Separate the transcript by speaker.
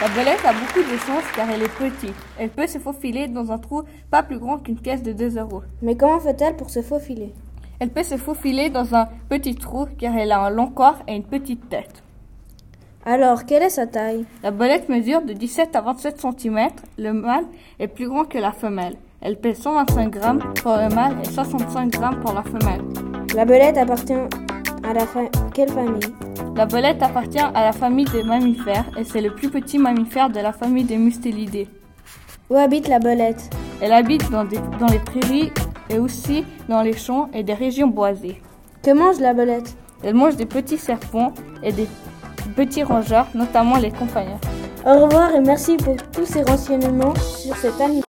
Speaker 1: La belette a beaucoup de chance car elle est petite. Elle peut se faufiler dans un trou pas plus grand qu'une pièce de 2 euros.
Speaker 2: Mais comment fait-elle pour se faufiler
Speaker 1: Elle peut se faufiler dans un petit trou car elle a un long corps et une petite tête.
Speaker 2: Alors, quelle est sa taille
Speaker 1: La belette mesure de 17 à 27 cm. Le mâle est plus grand que la femelle. Elle pèse 125 grammes pour le mâle et 65 grammes pour la femelle.
Speaker 2: La belette appartient à la fa- quelle famille
Speaker 1: La belette appartient à la famille des mammifères et c'est le plus petit mammifère de la famille des mustélidés.
Speaker 2: Où habite la belette
Speaker 1: Elle habite dans, des- dans les prairies et aussi dans les champs et des régions boisées.
Speaker 2: Que mange la belette
Speaker 1: Elle mange des petits serpents et des petits rongeurs, notamment les compagnons.
Speaker 2: Au revoir et merci pour tous ces renseignements sur cet animal.